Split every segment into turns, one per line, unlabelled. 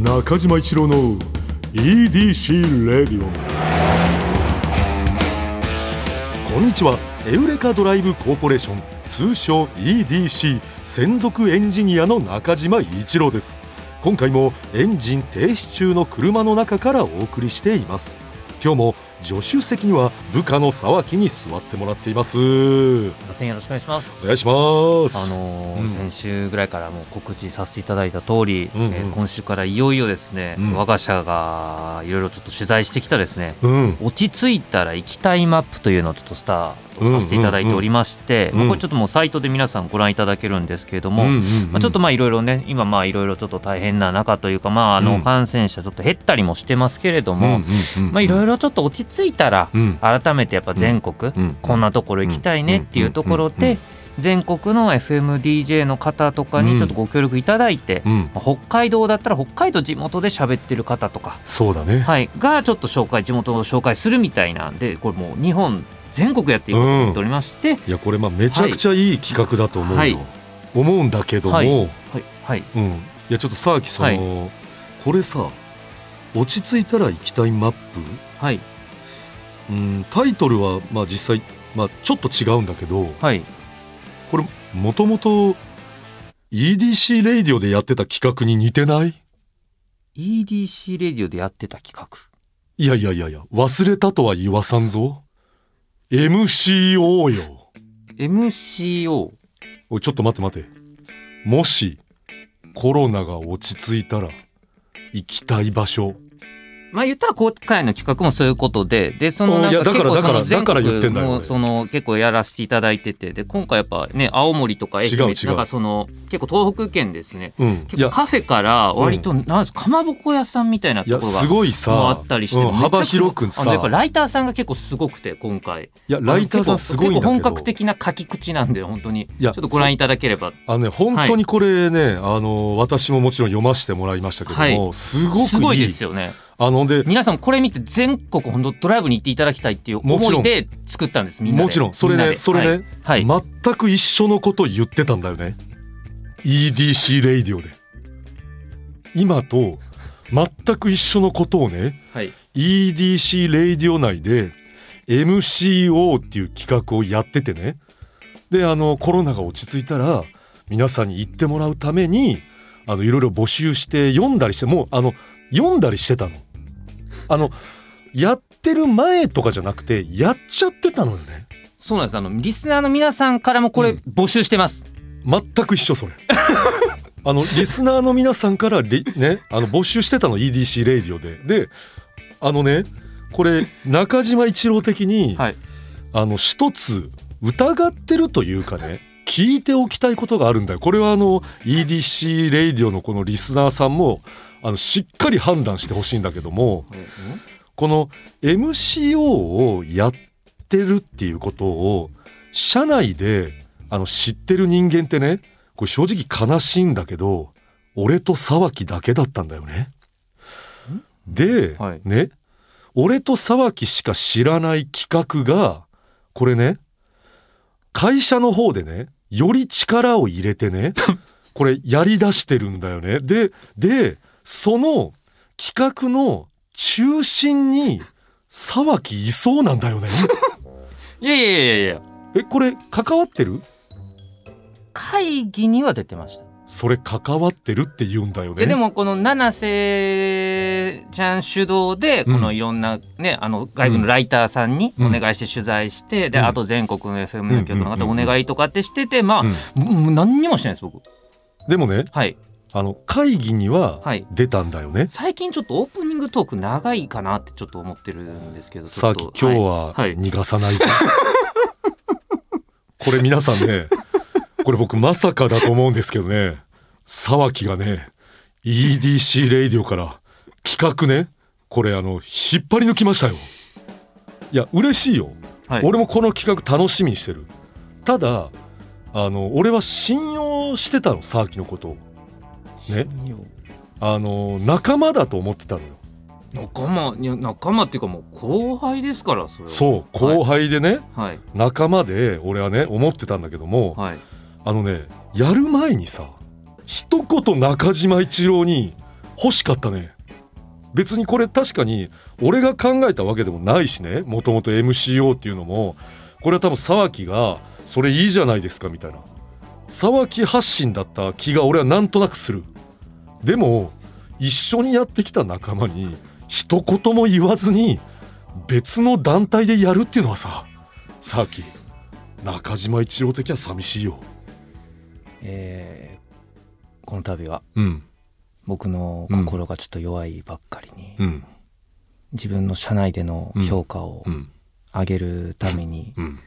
中島一郎の EDC レディオこんにちはエウレカドライブコーポレーション通称 EDC 専属エンジニアの中島一郎です今回もエンジン停止中の車の中からお送りしています今日も助手席には部下の沢木に座ってもらっていますお
すいませんよろしくお願いします。
願いします
あのー
うん
先週ぐらいからもう告知させていただいた通り、
うんうん
えー今週からいよいよですね、
うん
我が社がいろいろちょっと取材してきたですね
うん
落ち着いたら行きたいマップというのをちょっとスタートさせていただいておりまし
うんう
て、
んうん
まあこれちょっともうサイトで皆さんご覧いただけるんですけれども、
うんうんうん
まあ、ちょっとまあいろいろね今まあいろいろちょっと大変な中というかまああ
う
の
ん
感染者ちょっと減ったりもしてますけれど
うんう
も、
んうん
まあいろいろちょっと落ち着いたら
うん
改めてやっぱ全国、
うん
こんなところ行きたいねっていうところ
うんうんうん
で全国の FMDJ の方とかにちょっとご協力いただいて、
うん
まあ北海道だったら北海道地元で喋ってる方とか、
そうだね
はい、がちょっと紹介地元を紹介するみたいなんでこれもう日本全国やっていこうと思っておりまして、
いやこれまあめちゃくちゃいい企画だと思うよ、
はい
思うんだけども、
はい
うん、い
はいはい、
やちょっとさあきその、
はい
これさ落ち着いたら行きたいマッ
はい
プ、うん、タイトルはまあ実際、まあ、ちょっと違うんだけど
はい
これもともと EDC レイディオでやってた企画に似てない
EDC レディオでやってた企画
いやいやいやいや忘れたとは言わさんぞ MCO よ
MCO
おいちょっと待って待ってもしコロナが落ち着いたら行きたい場所
まあ言ったら今回の企画もそういうことで、で、そ
うん
のなん
いや
か
だ
結
からだ
構そ
から
の全
だから言って
国
んだよ
も
俺
その結構やらせていただいてて、で、今回やっぱね、青森とか愛媛
違う違う
なんかその結構東北県ですね。
うんい
結
や
構カフェから割と、なんですか、かまぼこ屋さんみたいないと
や
ころが。
すごいさ
あったりして、
うん
めちゃくちゃ
幅広くさ
あのやっぱライターさんが結構すごくて今回
いやライターさんすごいんだけど
結構本格的な書き口なんで本当に
いや
ちょっとご覧いただければ
あのね本当にこれね、あの私ももちろん読ませてもらいましたけども、
は
すごくいい
すごいですよね
あので
皆さんこれ見て全国本当ドライブに行っていただきたいっていう思
もちろん
いで作ったんですみんなで
もちろんそれ
みな
ね
で
それね、
はい、はい
全く一緒のこと言ってたんだよね EDC レイディオで今と全く一緒のことをね
はい、
EDC レイディオ内で MCO っていう企画をやっててねであのコロナが落ち着いたら皆さんに行ってもらうためにあのいろいろ募集して読んだりしてもうあの読んだりしてたの。あのやってる前とかじゃなくてやっちゃってたのよね
そうなんですあのリスナーの皆さんからもこれ
うん
募集してます、
全く一緒それ あのリスナーの皆さんからリ、ね、あの募集してたの EDC レイディオでであのねこれ中島一郎的に、
はい
あの一つ疑ってるというかね聞いておきたいことがあるんだよこれはあの EDC レイディオのこのリスナーさんもあのしっかり判断してほしいんだけどもこの MCO をやってるっていうことを社内であの知ってる人間ってねこれ正直悲しいんだけど俺と沢木だけだったんだよね。で、
はい
ね俺と沢木しか知らない企画がこれね会社の方でねより力を入れて ねこれやりだしてるんだよね。ででその企画の中心に沢木いそうなんだよね。
いやいやいやいや
えこれ関わってる
会議には出てました、
それ関わってるって言うんだよね。
ででもこの七瀬ちゃん主導でこ
う
の
ん
いろんな、ねあの外部のライターさんに
うん
お願いして取材して、で
うん
あと全国の FM の局の
うんうん
方
うん
お願いとかってしててまあ、
うん
もう何にもしてないです僕
でもね
はい
あの会議には
はい
出たんだよね。
最近ちょっとオープニングトーク長いかなってちょっと思ってるんですけどちょ
さ
っ
あ
と
今日は
はいはい
逃がさないぞ。これ皆さんねこれ僕まさかだと思うんですけどね沢木がね EDC レイディオから企画ねこれあの引っ張り抜きましたよ。いや嬉しいよ。
はい、
俺もこの企画楽しみにしてるただあの俺は信用してたの沢木のことをね
信用
あの仲間だと思ってたのよ
仲間いや仲間っていうかもう後輩ですからそれは
そう後輩でね、
はい
仲間で俺はね思ってたんだけども、
はい
あのねやる前にさ一言中島一郎に欲しかったね別にこれ確かに俺が考えたわけでもないしねもともと MCO っていうのもこれは多分沢木が「それいいじゃないですか」みたいな沢木発信だった気が俺はなんとなくするでも一緒にやってきた仲間に一言も言わずに別の団体でやるっていうのはさ沢木中島一郎的には寂しいよ
えーこの度は
うん
僕の心がちょっと弱いばっかりに、
うん
自分の社内での評価を
うん
上げるために、
うん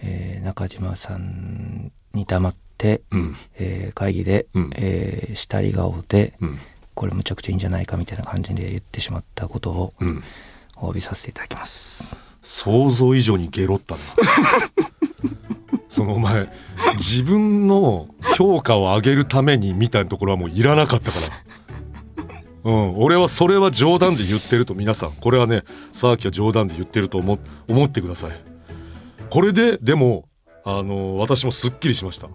えー中島さんに黙って、
うん
えー会議で、
うん
えー下り顔で
うん
これむちゃくちゃいいんじゃないかみたいな感じで言ってしまったことを
うん
お詫びさせていただきます。
想像以上にゲロったなそのお前自分の評価を上げるためにみたいなところはもういらなかったからうん俺はそれは冗談で言ってると皆さんこれはね沢木は冗談で言ってると思思ってくださいこれででもあの私もすっきりしました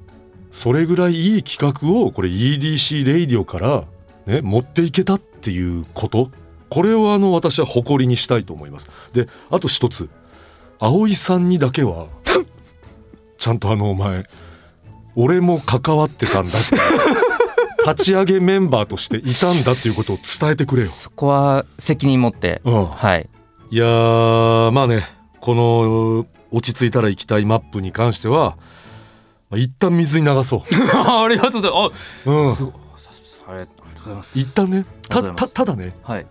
それぐらいいい企画をこれ EDC レイディオから、ね、持っていけたっていうことこれをあの私は誇りにしたいと思いますであと一つ葵さんにだけはちゃんとあのお前俺も関わってたんだって立ち上げメンバーとしていたんだっていうことを伝えてくれよ、
そこは責任持って、
うん、
はい、
いやーまあねこの落ち着いたら行きたいマップに関してはまあ一旦水に流 そ
ありがとうございます
う、う
あ
ん、
すごいありがとうございます
一旦ね
あ
た
りがとうございます
たただね
はい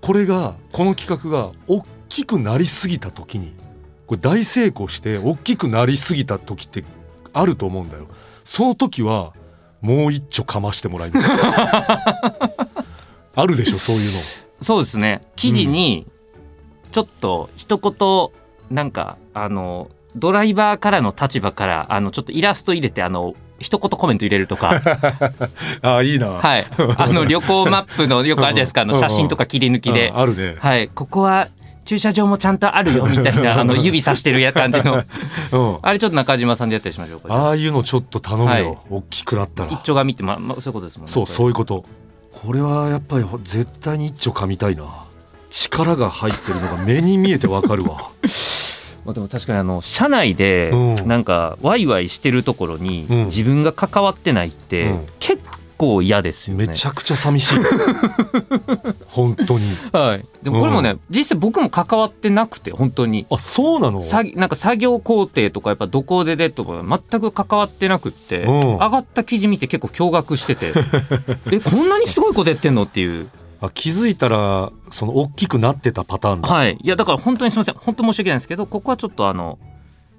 これがこの企画が大きくなりすぎた時にこれ大成功して大きくなりすぎた時ってあると思うんだよその時はもう一丁かましてもらい ますあるでしょそういうの
そうですね記事にちょっと一言なんかあのドライバーからの立場からあのちょっとイラスト入れてあの一言コメント入れると か
ああいいな、い、
はい、あの旅行マップのよくあるじゃないですかあの写真とか切り抜きで、
あるね、
はい、ここは駐車場もちゃんとあるよみたいなあの指さしてるや感じ
う
の
ん、
あれちょっと中島さんでやったりしましょうかじゃ
ああいうのちょっと頼むよ、
はい
大きくなった
あ
ら
一丁が見て、まま、そういうことですもんね
そう
これ
そういうことこれはやっぱり絶対に一丁噛みたいな力が入ってるのが目に見えてわかるわ
まあ、でも確かにあの社内で
うん
なんかワイワイしてるところに
うん
自分が関わってないって
うん
結構嫌ですよね。
めちゃくちゃ寂しい本当に
はい、でもこれもね、
う
実際僕も関わってなくて本当に
あそうなの
作なんか作業工程とかやっぱどこででとか全く関わってなくって、
うん
上がった記事見て結構驚愕して てえこんなにすごいことやってんのっていう
あ気づいたらその大きくなってたパターンだ、
はいいやだから本当にすみません本当申し訳ないんですけどここはちょっとあの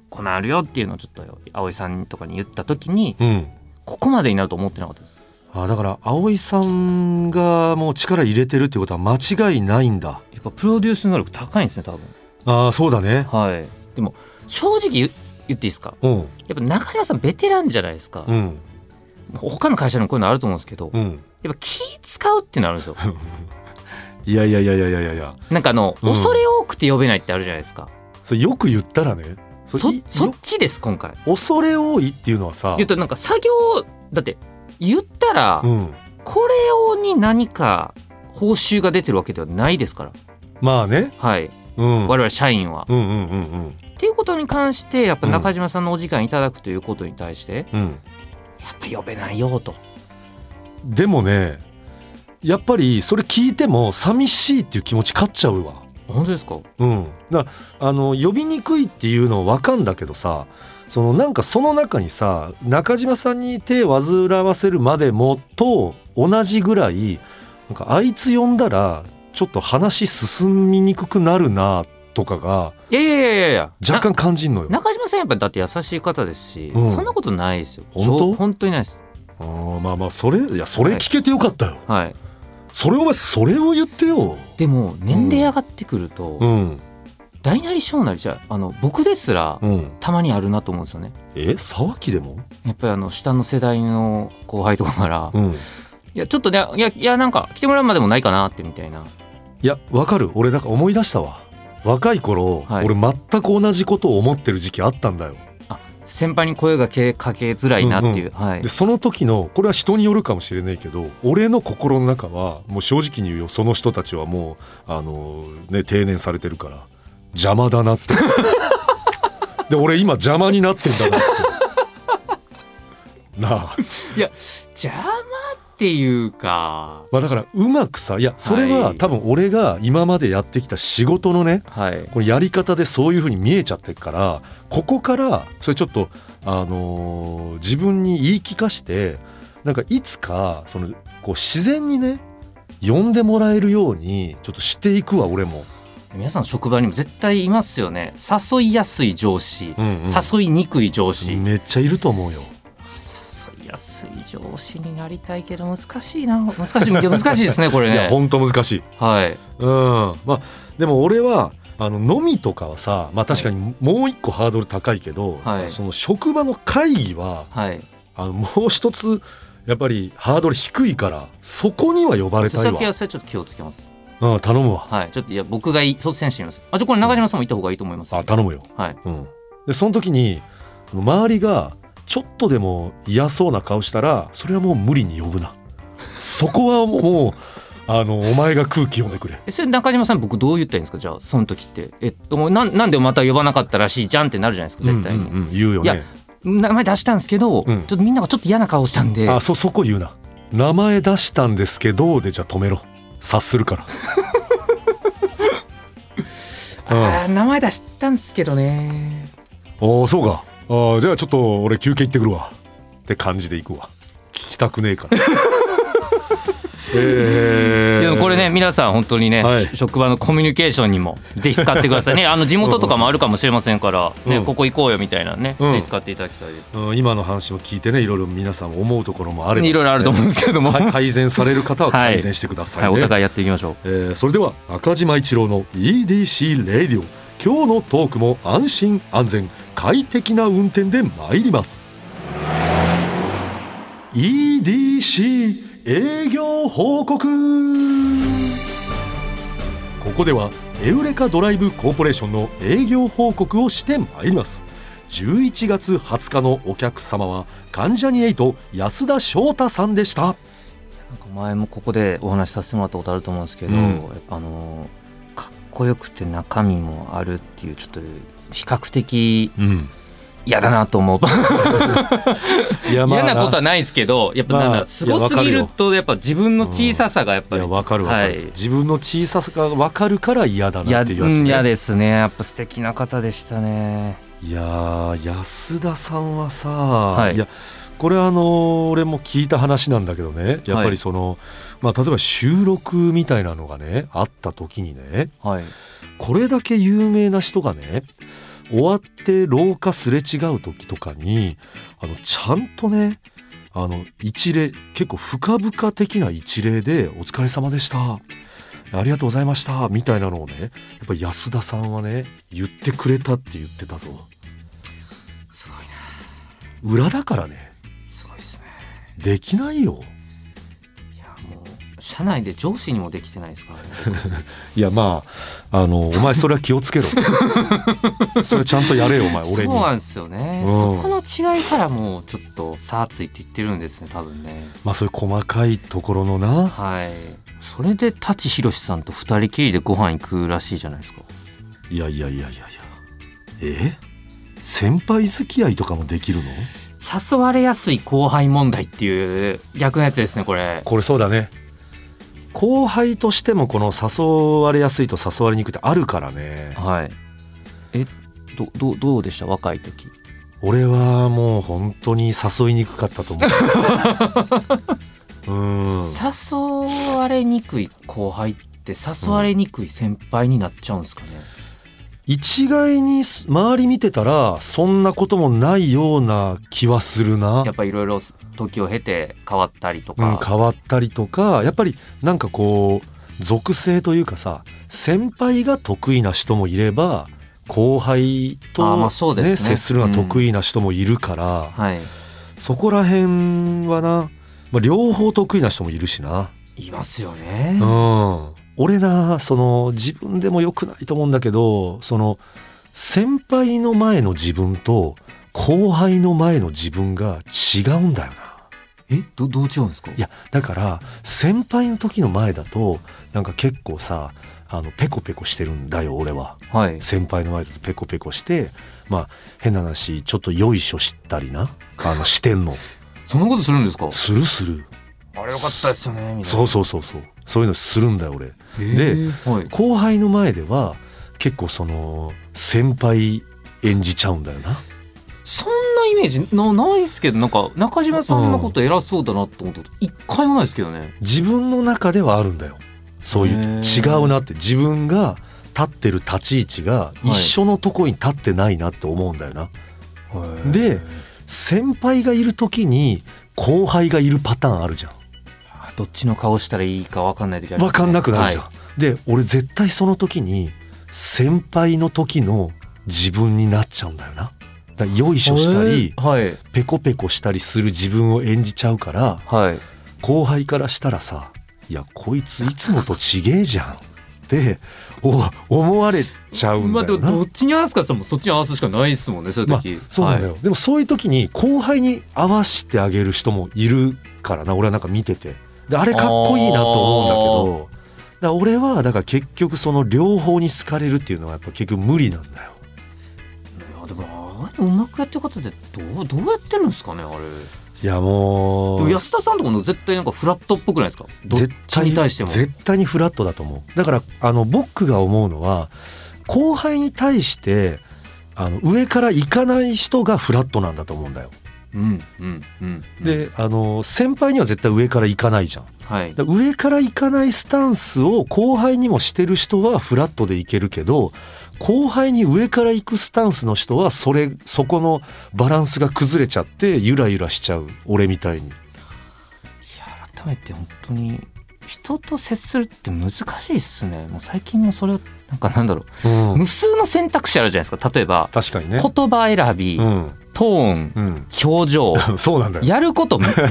このあるよっていうのをちょっと葵さんとかに言った時に
うん
ここまでになると思ってなかったです
あだから葵さんがもう力入れてるってことは間違いないんだ
やっぱプロデュース能力高いんですね多分
あーそうだね
はいでも正直言言っていいですか
うん
やっぱ中村さんベテランじゃないですか、
うん
他の会社にもこういうのあると思うんですけど、
うん
やっぱ気使うっていうのあるんですよ
いやいやいやいやいやいやいや
なんかあの、
うん
恐れ多くて呼べないってあるじゃないですか。
それよく言ったらね
そ
れい
そっ
よ
ちです今回。
恐れ多いっていうのはさ
言うとなんか作業だって言ったら、
うん
これ用に何か報酬が出てるわけではないですから。
まあね
はい、
うん
我々社員は。
うんうんうんうん
っていうことに関してやっぱ中島さんのお時間いただくということに対して、や
うん
っぱ呼べないよと。
でもねやっぱりそれ聞いても寂しいっていう気持ち勝っちゃうわ
本当ですか。
うん、だからあの呼びにくいっていうのは分かんだけどさそのなんかその中にさ中島さんに手を煩わせるまでもと同じぐらいなんかあいつ呼んだらちょっと話進みにくくなるなとかが
いやいやいやいやいや。
若干
な
感じんのよ。
中島さんやっぱだって優しい方ですし、
うん
そんなことないですよ。
本当
そう本当にないです。
あーまあまあそれいやそれ聞けてよかったよ。
はい。
それお前それを言ってよ。
でも年齢上がってくると。
うん
大なり小なりじゃあの僕ですら
うん、
たまにあるなと思うんですよね
え沢木でも、
やっぱりあの下の世代の後輩とかから、
う
い
ん、
やちょっとねいやいやなんか来てもらうまでもないかなってみたいない
やわかる俺なんか思い出したわ若い頃、
はい
俺全く同じことを思ってる時期あったんだよ
先輩に声がけかけづらいなっていう、はい
でその時のこれは人によるかもしれないけど俺の心の中はもう正直に言うよその人たちはもうあの、ね、定年されてるから邪魔だなってで俺今邪魔になってんだなってなあ、
いや邪魔っていうか
まあ、だからうまくさいやそれは
はい
多分俺が今までやってきた仕事のね
はい
このやり方でそういうふうに見えちゃってるからここからそれちょっと、あのー自分に言い聞かしてなんかいつかそのこう自然にね呼んでもらえるようにちょっとしていくわ俺も。
皆さん職場にも絶対いますよね誘いやすい上司、
うんうん
誘いにくい上司、
めっちゃいると思うよ。
誘いやすい上司になりたいけど難しいな難しいいや難しいです ねこれ
いや
ね
本当難しい。
はい
うんまあ、でも俺はあの飲みとかはさ、まあ、確かにもう一個ハードル高いけど、
はい
その職場の会議は
はい
あのもう一つやっぱりハードル低いからそこには呼ばれたい
先
わ
は、それちょっと気をつけます
うん、頼むわ。
はいちょっといや僕がい率先してみますあちょこれ中島さんも行った方がいいと思います
あ頼むよ、
はい
うん、でその時にその周りがちょっとでも嫌そうな顔したらそれはもう無理に呼ぶなそこはもうもうあのお前が空気読んでくれ
えそれ中島さん僕どう言ったらいいんですかじゃあその時ってえっともうなんなんでまた呼ばなかったらしいじゃんってなるじゃないですか 絶対に、
うんうんうん言うよ
いや
ね
名前出したんですけど、
うん
ちょっとみんながちょっと嫌な顔したんで
あそそこ言うな名前出したんですけどでじゃあ止めろ察する から
あー名前出したんですけどね
うん、おーそうかあーじゃあちょっと俺休憩行ってくるわって感じで行くわ聞きたくねえから えー
いやこれね皆さん本当にね、
はい
職場のコミュニケーションにもぜひ使ってください ねあの地元とかもあるかもしれませんから、ね
うん
ここ行こうよみたいなね、
うん
ぜひ使っていただきたいです、
うん今の話も聞いてねいろいろ皆さんも思うところもあれば
いろいろあると思うんですけども、はい、
改善される方は改善してくださいね、
お互いやっていきましょう
えーそれでは赤島一郎の EDC レディオ今日のトークも安心安全快適な運転で参ります EDC 営業報告ここではエウレカドライブコーポレーションの営業報告をしてまいります11月20日のお客様は関ジャニ∞安田翔太さんでした
なんか前もここでお話しさせてもらったことあると思うんですけど、
うん
やっぱあのかっこよくて中身もあるっていうちょっと比較的
うん
嫌だなと思う
いや
嫌なことは
は
ないですけどやっぱなん
まあ
だすごすぎるとやっぱ自分の小ささがやっぱ
い
り
やわかるわかる、
はい
自分の小ささがわかるから嫌だ
いや
な
う
っていうやつ、
ん
ね、
嫌ですねやっぱ素敵な方でしたね
いやー安田さんはさ、
い
い、やこれあのー俺も聞いた話なんだけどねやっぱりその、まあ、例えば収録みたいなのがねあった時にね
はい
これだけ有名な人がね終わって廊下すれ違う時とかにあのちゃんとねあの一礼結構深々的な一礼で「お疲れ様でした」「ありがとうございました」みたいなのをねやっぱ安田さんはね言ってくれたって言ってたぞ
すごいな
裏だからね
すごいですね
できないよ
いやもう社内で上司にもできてないですからね
いやまああのお前それは気をつけろ それはちゃんとやれよお前 俺に
そうなんですよね、
うん
そこの違いからもうちょっと差ついていってるんですね多分ね
まあそういう細かいところのな
はいそれで舘ひろしさんと二人きりでご飯行くらしいじゃないですか
いやいやいやいやいやえ先輩付き合いとかもできるの
誘われやすい後輩問題っていう逆のやつですねこれ
これそうだね後輩としてもこの誘われやすいと誘われにくいってあるからね
はいえどどどうでした若い時
俺はもう本当に誘いにくかったと思ううん
誘われにくい後輩って誘われにくい先輩になっちゃうんですかね、
一概に周り見てたらそんなこともないような気はするな
やっぱいろいろ時を経て変わったりと
うん、
か、
変わったりとかやっぱりなんかこう属性というかさ先輩が得意な人もいれば後輩
あーま
と
あ、そうですね
ね接するのは得
意、
意な人もいるから、
はい
そこら辺はな、まあ、両方得意な人もいるしな、
いますよね、
う
は
ん、俺なその自分でも良くないと思うんだけどその先輩の前の自分と後輩の前の自分が違うんだよな
えどどう違うんですか
いやだから先輩の時の前だとなんか結構さあのペコペコしてるんだよ俺は
はい
先輩の前だとペコペコしてまあ変な話ちょっとよいしょしたりなあの してんの
そのことするんですか
するする
あれよかったですよねみたいな
そうそうそうそうそういうのするんだよ俺
へーはい
後輩の前では結構その先輩演じちゃうんだよな
そんなイメージなないですけどなんか中島さんのこと偉そうだなって思ったこと一回もないですけどね
自分の中ではあるんだよそうい
へ
う違
ー
うなって自分が立ってる立ち位置が一緒のとこに立ってないなって思うんだよな、で先輩がいる時に後輩がいるパターンあるじゃん
あどっちの顔したらいいか分かんない時あり
分
ますね
かんなくなるじゃん、
は
で俺絶対その時に先輩の時の自分になっちゃうんだよなだからよい
い
しょしたり
はい
ペコペコしたりする自分を演じちゃうから
はい
後輩からしたらさ「いやこいついつもとちげえじゃん」ってお思われちゃうん
まあ
だ
で
よ
も
な。
どっちに合わすかって言ったらもうそっちに合わすしかないですもんねそういう時、
そうなんだよ、
はい
でもそういう時に後輩に合わせてあげる人もいるからな俺はなんか見ててであれかっこいいなと思うんだけどだから俺はだから結局その両方に好かれるっていうのはやっぱ結局無理なんだよ
いやでもああいううまくやってる方ってどうどうやってるんですかねあれで
いやもう
も安田さんとかの絶対なんかフラットっぽくないですかどっちに対しても
絶対にフラットだと思うだからあの僕が思うのは後輩に対してあの上から行かない人がフラットなんだと思うんだよ、
うんうんうんうん
であの先輩には絶対上から行かないじゃん
はい
だから上から行かないスタンスを後輩にもしてる人はフラットでいけるけど後輩に上から行くスタンスの人はそれそこのバランスが崩れちゃってゆらゆらしちゃう俺みたいに
いや改めて本当に人と接するって難しいっすねもう最近もそれをなんかなんだろう、
うん
無数の選択肢あるじゃないですか例えば
確かにね
言葉選び、
うん
トーン
うん
表情
そうなんだよ
やることなんか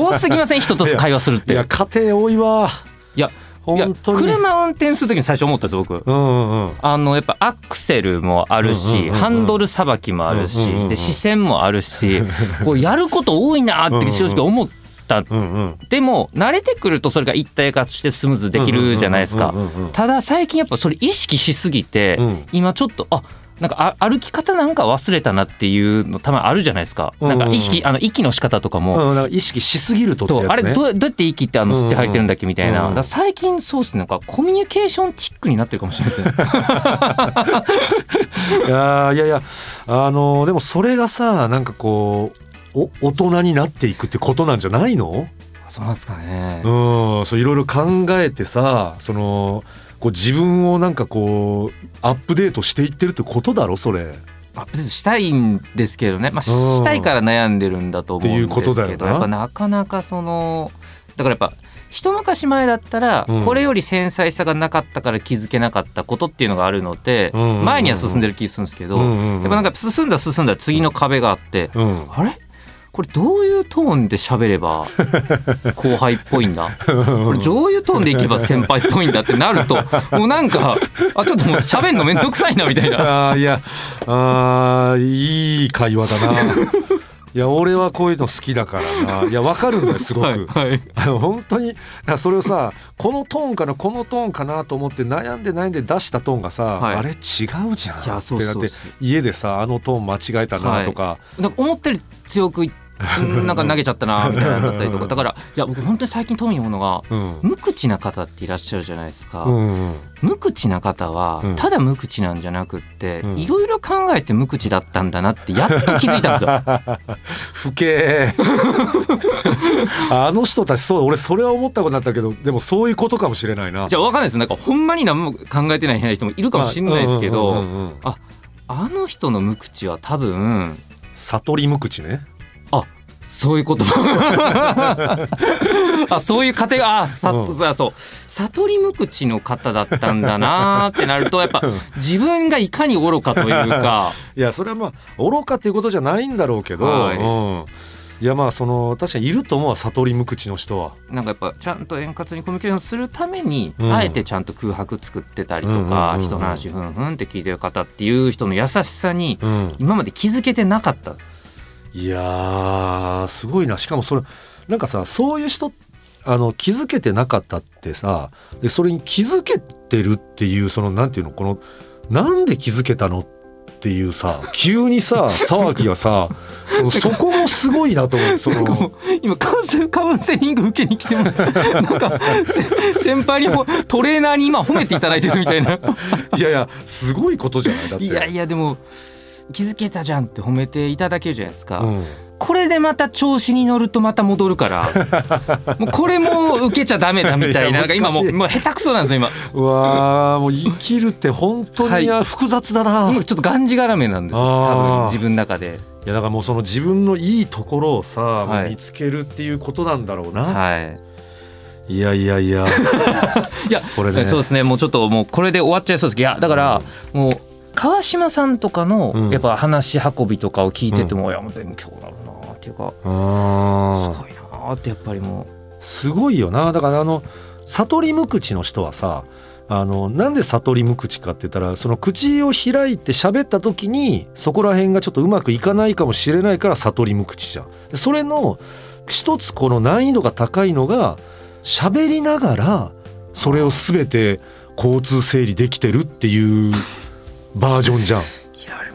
多すぎません人と会話するっ
い
てい
や
や
家庭多いわ
いや
本当に
車運転する時に最初思ったんです僕
うんうんうん
あのやっぱアクセルもあるし、
うんうんうんうん
ハンドルさばきもあるし、
うんうんうんうん
で視線もあるしこうやること多いなーって正直思った、
うんうん
でも慣れてくるとそれが一体化してスムーズできるじゃないですか
うんうんうん
ただ最近やっぱそれ意識しすぎて、
うんうん
今ちょっとあなんかあ歩き方なんか忘れたなっていうのたまにあるじゃないですか、
うんうん
なんか意識あの息の仕方とかも、
うんなんか意識しすぎるとって
と
やつね
あれどうどうやって息ってあの吸って吐いてるんだっけみたいな、
うんうん
だから最近そうっすねなんかコミュニケーションチックになってるかもしれない ですね
いやーいやいやあのーでもそれがさなんかこうお大人になっていくってことなんじゃないの
そうなんですかね、
うんそういろいろ考えてさそのこう自分をなんかこうアップデートしていってるってことだろそれ
アップデートしたいんですけどね、まあ、し
うん
したいから悩んでるんだと思うんですけど
っていうことだよな
やっぱなかなかそのだからやっぱ一昔前だったら、
うん
これより繊細さがなかったから気づけなかったことっていうのがあるので、
うんうんうん
前には進んでる気するんですけど、
うんうんうん
やっぱなんか進んだ進んだ次の壁があって、
うん
あれこれどういうトーンで喋れ ば後輩っぽいんだこれどういうトーンでいけば先輩っぽいんだってなるともうなんかあちょっともう喋るのめんどくさいなみたいな。
あ ーいやあーいい会話だ ないや俺はこういうの好きだからないやわかるんだよすごく、
はいはい
あの 本当にあそれをさこのトーンかなこのトーンかなと思って悩んで悩んで出したトーンがさ、
はい
あれ違うじゃん
いやそうそ
っ
うそう
てなって家でさあのトーン間違えたなとか、
なんか思ったより強 くいうんなんか投げちゃったなみたいなのだったりとかだからいや僕本当に最近富むのが
うん
無口な方っていらっしゃるじゃないですか、
うんうん
無口な方は
うん
ただ無口なんじゃなくって
うん
いろいろ考えて無口だったんだなってやっと気づいたん ですよ
不敬 あの人たちそう俺それは思ったことあったけどでもそういうことかもしれないな
じゃあ分かんないですなんかほんまに何も考えてない人もいるかもしれないですけ
まあうんう
ど
んうんうん
あの人の無口は多分
悟り無口ね
そういうこと あそういう過程があさ、
うん
あそう悟り無口の方だったんだなーってなるとやっぱ
うん
自分がいかに愚かというか
いやそれはまあ愚かっていうことじゃないんだろうけど、
はい
うん、いやまあその確かにいると思うわ悟り無口の人は
なんかやっぱちゃんと円滑にコミュニケーションするために、
うん
あえてちゃんと空白作ってたりと
うんうんうん
か、
うん
人の話ふんふんって聞いてる方っていう人の優しさに
うん
今まで気づけてなかった、
いやーすごいなしかもそれなんかさそういう人あの気づけてなかったってさでそれに気づけてるっていうそのなんていうのこのなんで気づけたのっていうさ急に さ騒ぎがさそのそこもすごいなと思ってそ
なんかも
の
う今カウンセカウンセリング受けに来てもらったなんかせ 先輩にもトレーナーに今褒めていただいてるみたいない
やいやすごいことじゃないだって。
いやいやでも気づけたじゃんって褒めていただけるじゃないですか、
うん
これでまた調子に乗るとまた戻るから もうこれも受けちゃダメだみたい
いや
ななんか今も
難
う
しい
もう下手くそなんですよ今
うわーもう生きるって本当に、いや複雑だな。
今ちょっとがんじがらめなんですよ多
あー
分自分の中で
いやだからもうその自分のいいところをさ、
はい
もう見つけるっていうことなんだろうな、
はい
い、やいやいや
いや
これね
そうですねもうちょっともうこれで終わっちゃいそうですけどいやだからもう川島さんとか
うん
のやっぱ話し運びとかを聞いてても、いやもう勉強だろうなっていうか
うー
す
ん
ごいなってやっぱりも
すごいよなだからあの悟り無口の人はさあのなんで悟り無口かって言ったらその口を開いて喋った時にそこら辺がちょっとうまくいかないかもしれないから悟り無口じゃん。でそれの一つこの難易度が高いのが喋りながらそれを全て交通整理できてるっていうバージョンじゃん。
ういやあれ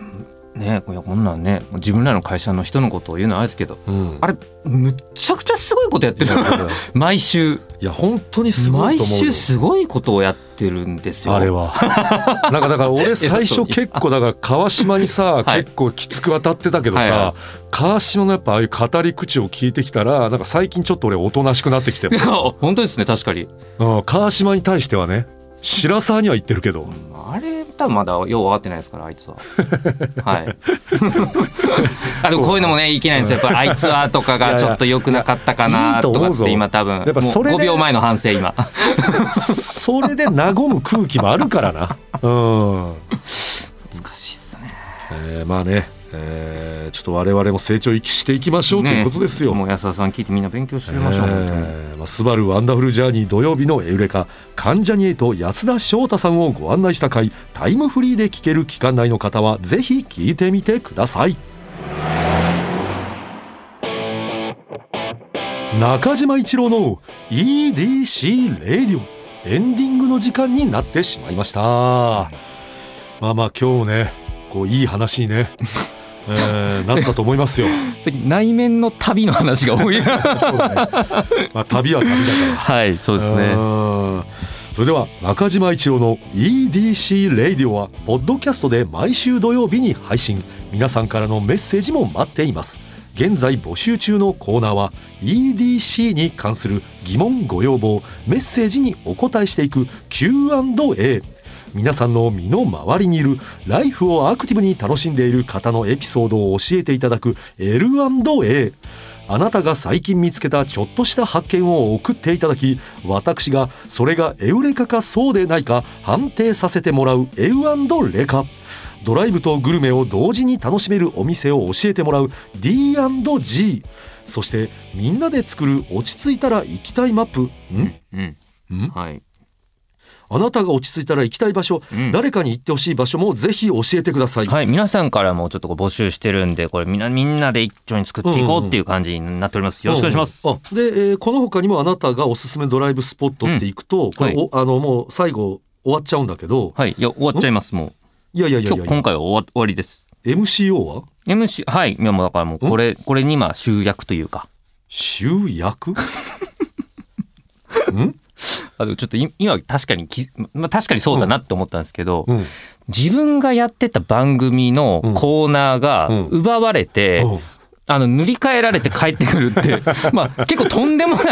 ねいやこんなんねもう自分らの会社の人のことを言うのはあれですけど
うん
あれむっちゃくちゃすごいことやって
い
る
やだから
毎週
いや本当にすごい
毎
と思うよ
週すごいことをやってるんですよ
あれはなんかだから俺最初結構だから川島にさ、
はい
結構きつく当たってたけどさ、
はいは
川島のやっぱああいう語り口を聞いてきたらなんか最近ちょっと俺おとなしくなってきて
い
る
や、 本当ですね確かに
うん、川島に対してはね白沢には言ってるけ ど
あれ多分まだよう分かってないですからあ いつははい あでもこういうのもねいけないんですよやっぱあいつはと か
いや
が
いや
ちょっと良くなかったか
いやい
ない
と思
とか
う
っ
ぞ
て今多分もう
っぱそれで
5秒前の反 省今
それで和む空気もあるからなうん、
難しいっすね
えーまあね、えーちょっと我々も成長していきましょうということですよ、
もう安田さん聞いてみんな勉強してみましょう、本当に
えーまあ、スバルワンダフルジャーニー土曜日のエウレカ関ジャニエと安田翔太さんをご案内した回タイムフリーで聴ける期間内の方はぜひ聞いてみてください中島一郎の EDC レディオエンディングの時間になってしまいましたまあまあ今日もねこういい話にね、 えーなったと思いますよ
最近内面の旅の話が多い
そうだねまあ旅は旅だから
はいそうですね
うんそれでは中島一郎の EDC レイディオはポッドキャストで毎週土曜日に配信皆さんからのメッセージも待っています現在募集中のコーナーは EDC に関する疑問ご要望メッセージにお答えしていく Q&A 皆さんの身の回りにいるライフをアクティブに楽しんでいる方のエピソードを教えていただく L&A あなたが最近見つけたちょっとした発見を送っていただき私がそれがエウレカかそうでないか判定させてもらうエウレカドライブとグルメを同時に楽しめるお店を教えてもらう D&G そしてみんなで作る落ち着いたら行きたいマップん
うん
ん
はい、
あなたが落ち着いたら行きたい場所
うん
誰かに行ってほしい場所もぜひ教えてください。
はい、皆さんからもちょっとこう募集してるんで、これみんな、みんなで一丁に作っていこうっていう感じになっております。よろしくお願いします。
うん。あで、えーこの他にもあなたがおすすめドライブスポットっていくと、これ、
はい
おあのもう最後終わっちゃうんだけど、
はい、いや、終わっちゃいます。も
いやいや
う、
いや
今
い
日、
や
今回は終わ終わりです。
MCO は
MC、はい、いや、もうだからもう、これ、これにまあ集約というか。
集 約ん
あでもちょっとい今確かにき、まあ確かにそうだなって思ったんですけど、
うん、
自分がやってた番組のコーナーが
うん
奪われて、
うん
あの、塗り替えられて帰ってくるって、まあ結構とんでもない、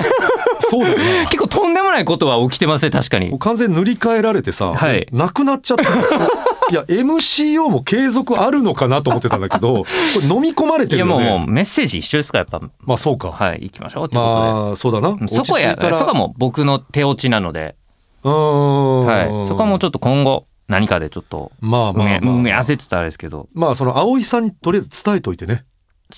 そうだよな。
結構とんでもないことは起きてますね、確かに
もう。完全に塗り替えられてさ、
はい
なくなっちゃ った。いや MCO も継続あるのかなと思ってたんだけ ど、これ飲み込まれて
い
る
や、
よ
もう、
ね。
もうメッセージ一緒ですから、やっぱ。
まあそうか。
はい、行きましょうということで。
まあそうだな。
そこや
落ち着いたら
そこはもう僕の手落ちなので、
うーん
はい、そこはもうちょっと今後何かでちょっと
まあま
運
あ
営
まあ
運営焦ってたらあれですけど
まあその葵さんにとりあえず伝えといてね。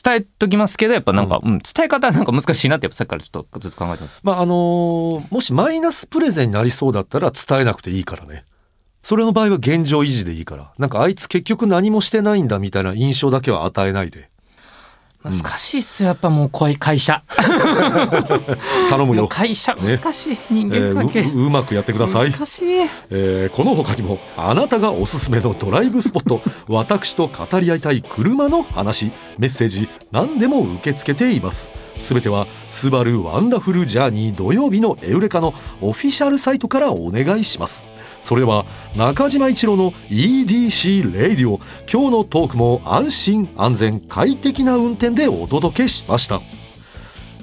伝えときますけどやっぱなんか、うん伝え方なんか難しいなってやっぱさっきからちょっとずっと考えてます
まああのーもしマイナスプレゼンになりそうだったら伝えなくていいからねそれの場合は現状維持でいいからなんかあいつ結局何もしてないんだみたいな印象だけは与えないで
難しいっすよやっぱもうこういう会社
頼む
もう
よ、
会社
ね
難しい、人
えー
間関係、
ううまくやってください
難しい
えーこの他にもあなたがおすすめのドライブスポット 私と語り合いたい車の話メッセージ何でも受け付けていますすべては「スバルワンダフルジャーニー土曜日のエウレカ」のオフィシャルサイトからお願いしますそれでは中島一郎の EDC レイディオ今日のトークも安心安全快適な運転でお届けしました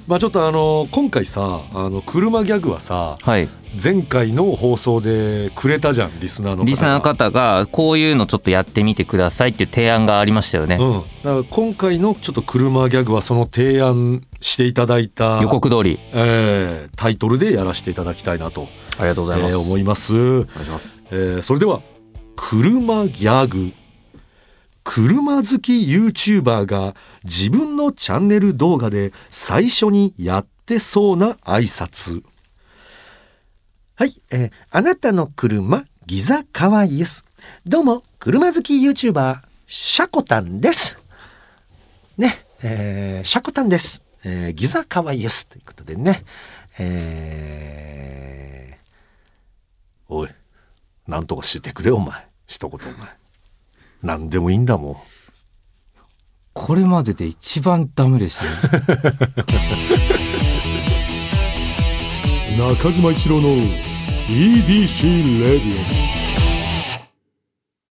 まあちょっとあの今回さあの車ギャグはさ
はい
前回の放送でくれたじゃんリスナーの方が
リスナーの方がこういうのちょっとやってみてくださいっていう提案がありましたよね、
うん、だから今回のちょっと車ギャグはその提案していただいた
予、告通り
えータイトルでやらせていただきたいなと、
ありがとうございます、
えー
お
思います、
願いします
えーそれでは車ギャグ車好き YouTuber が自分のチャンネル動画で最初にやってそうな挨拶
はい、えーあなたの車、ギザかわいいです。どうも、車好き YouTuber、シャコタンです。ね、えーシャコタンです。えーギザかわいいです。ということでね、え
おいなんとかしてくれお前一言お前何でもいいんだもん
これまでで一番ダメでしたね
中島一郎の EDC レディ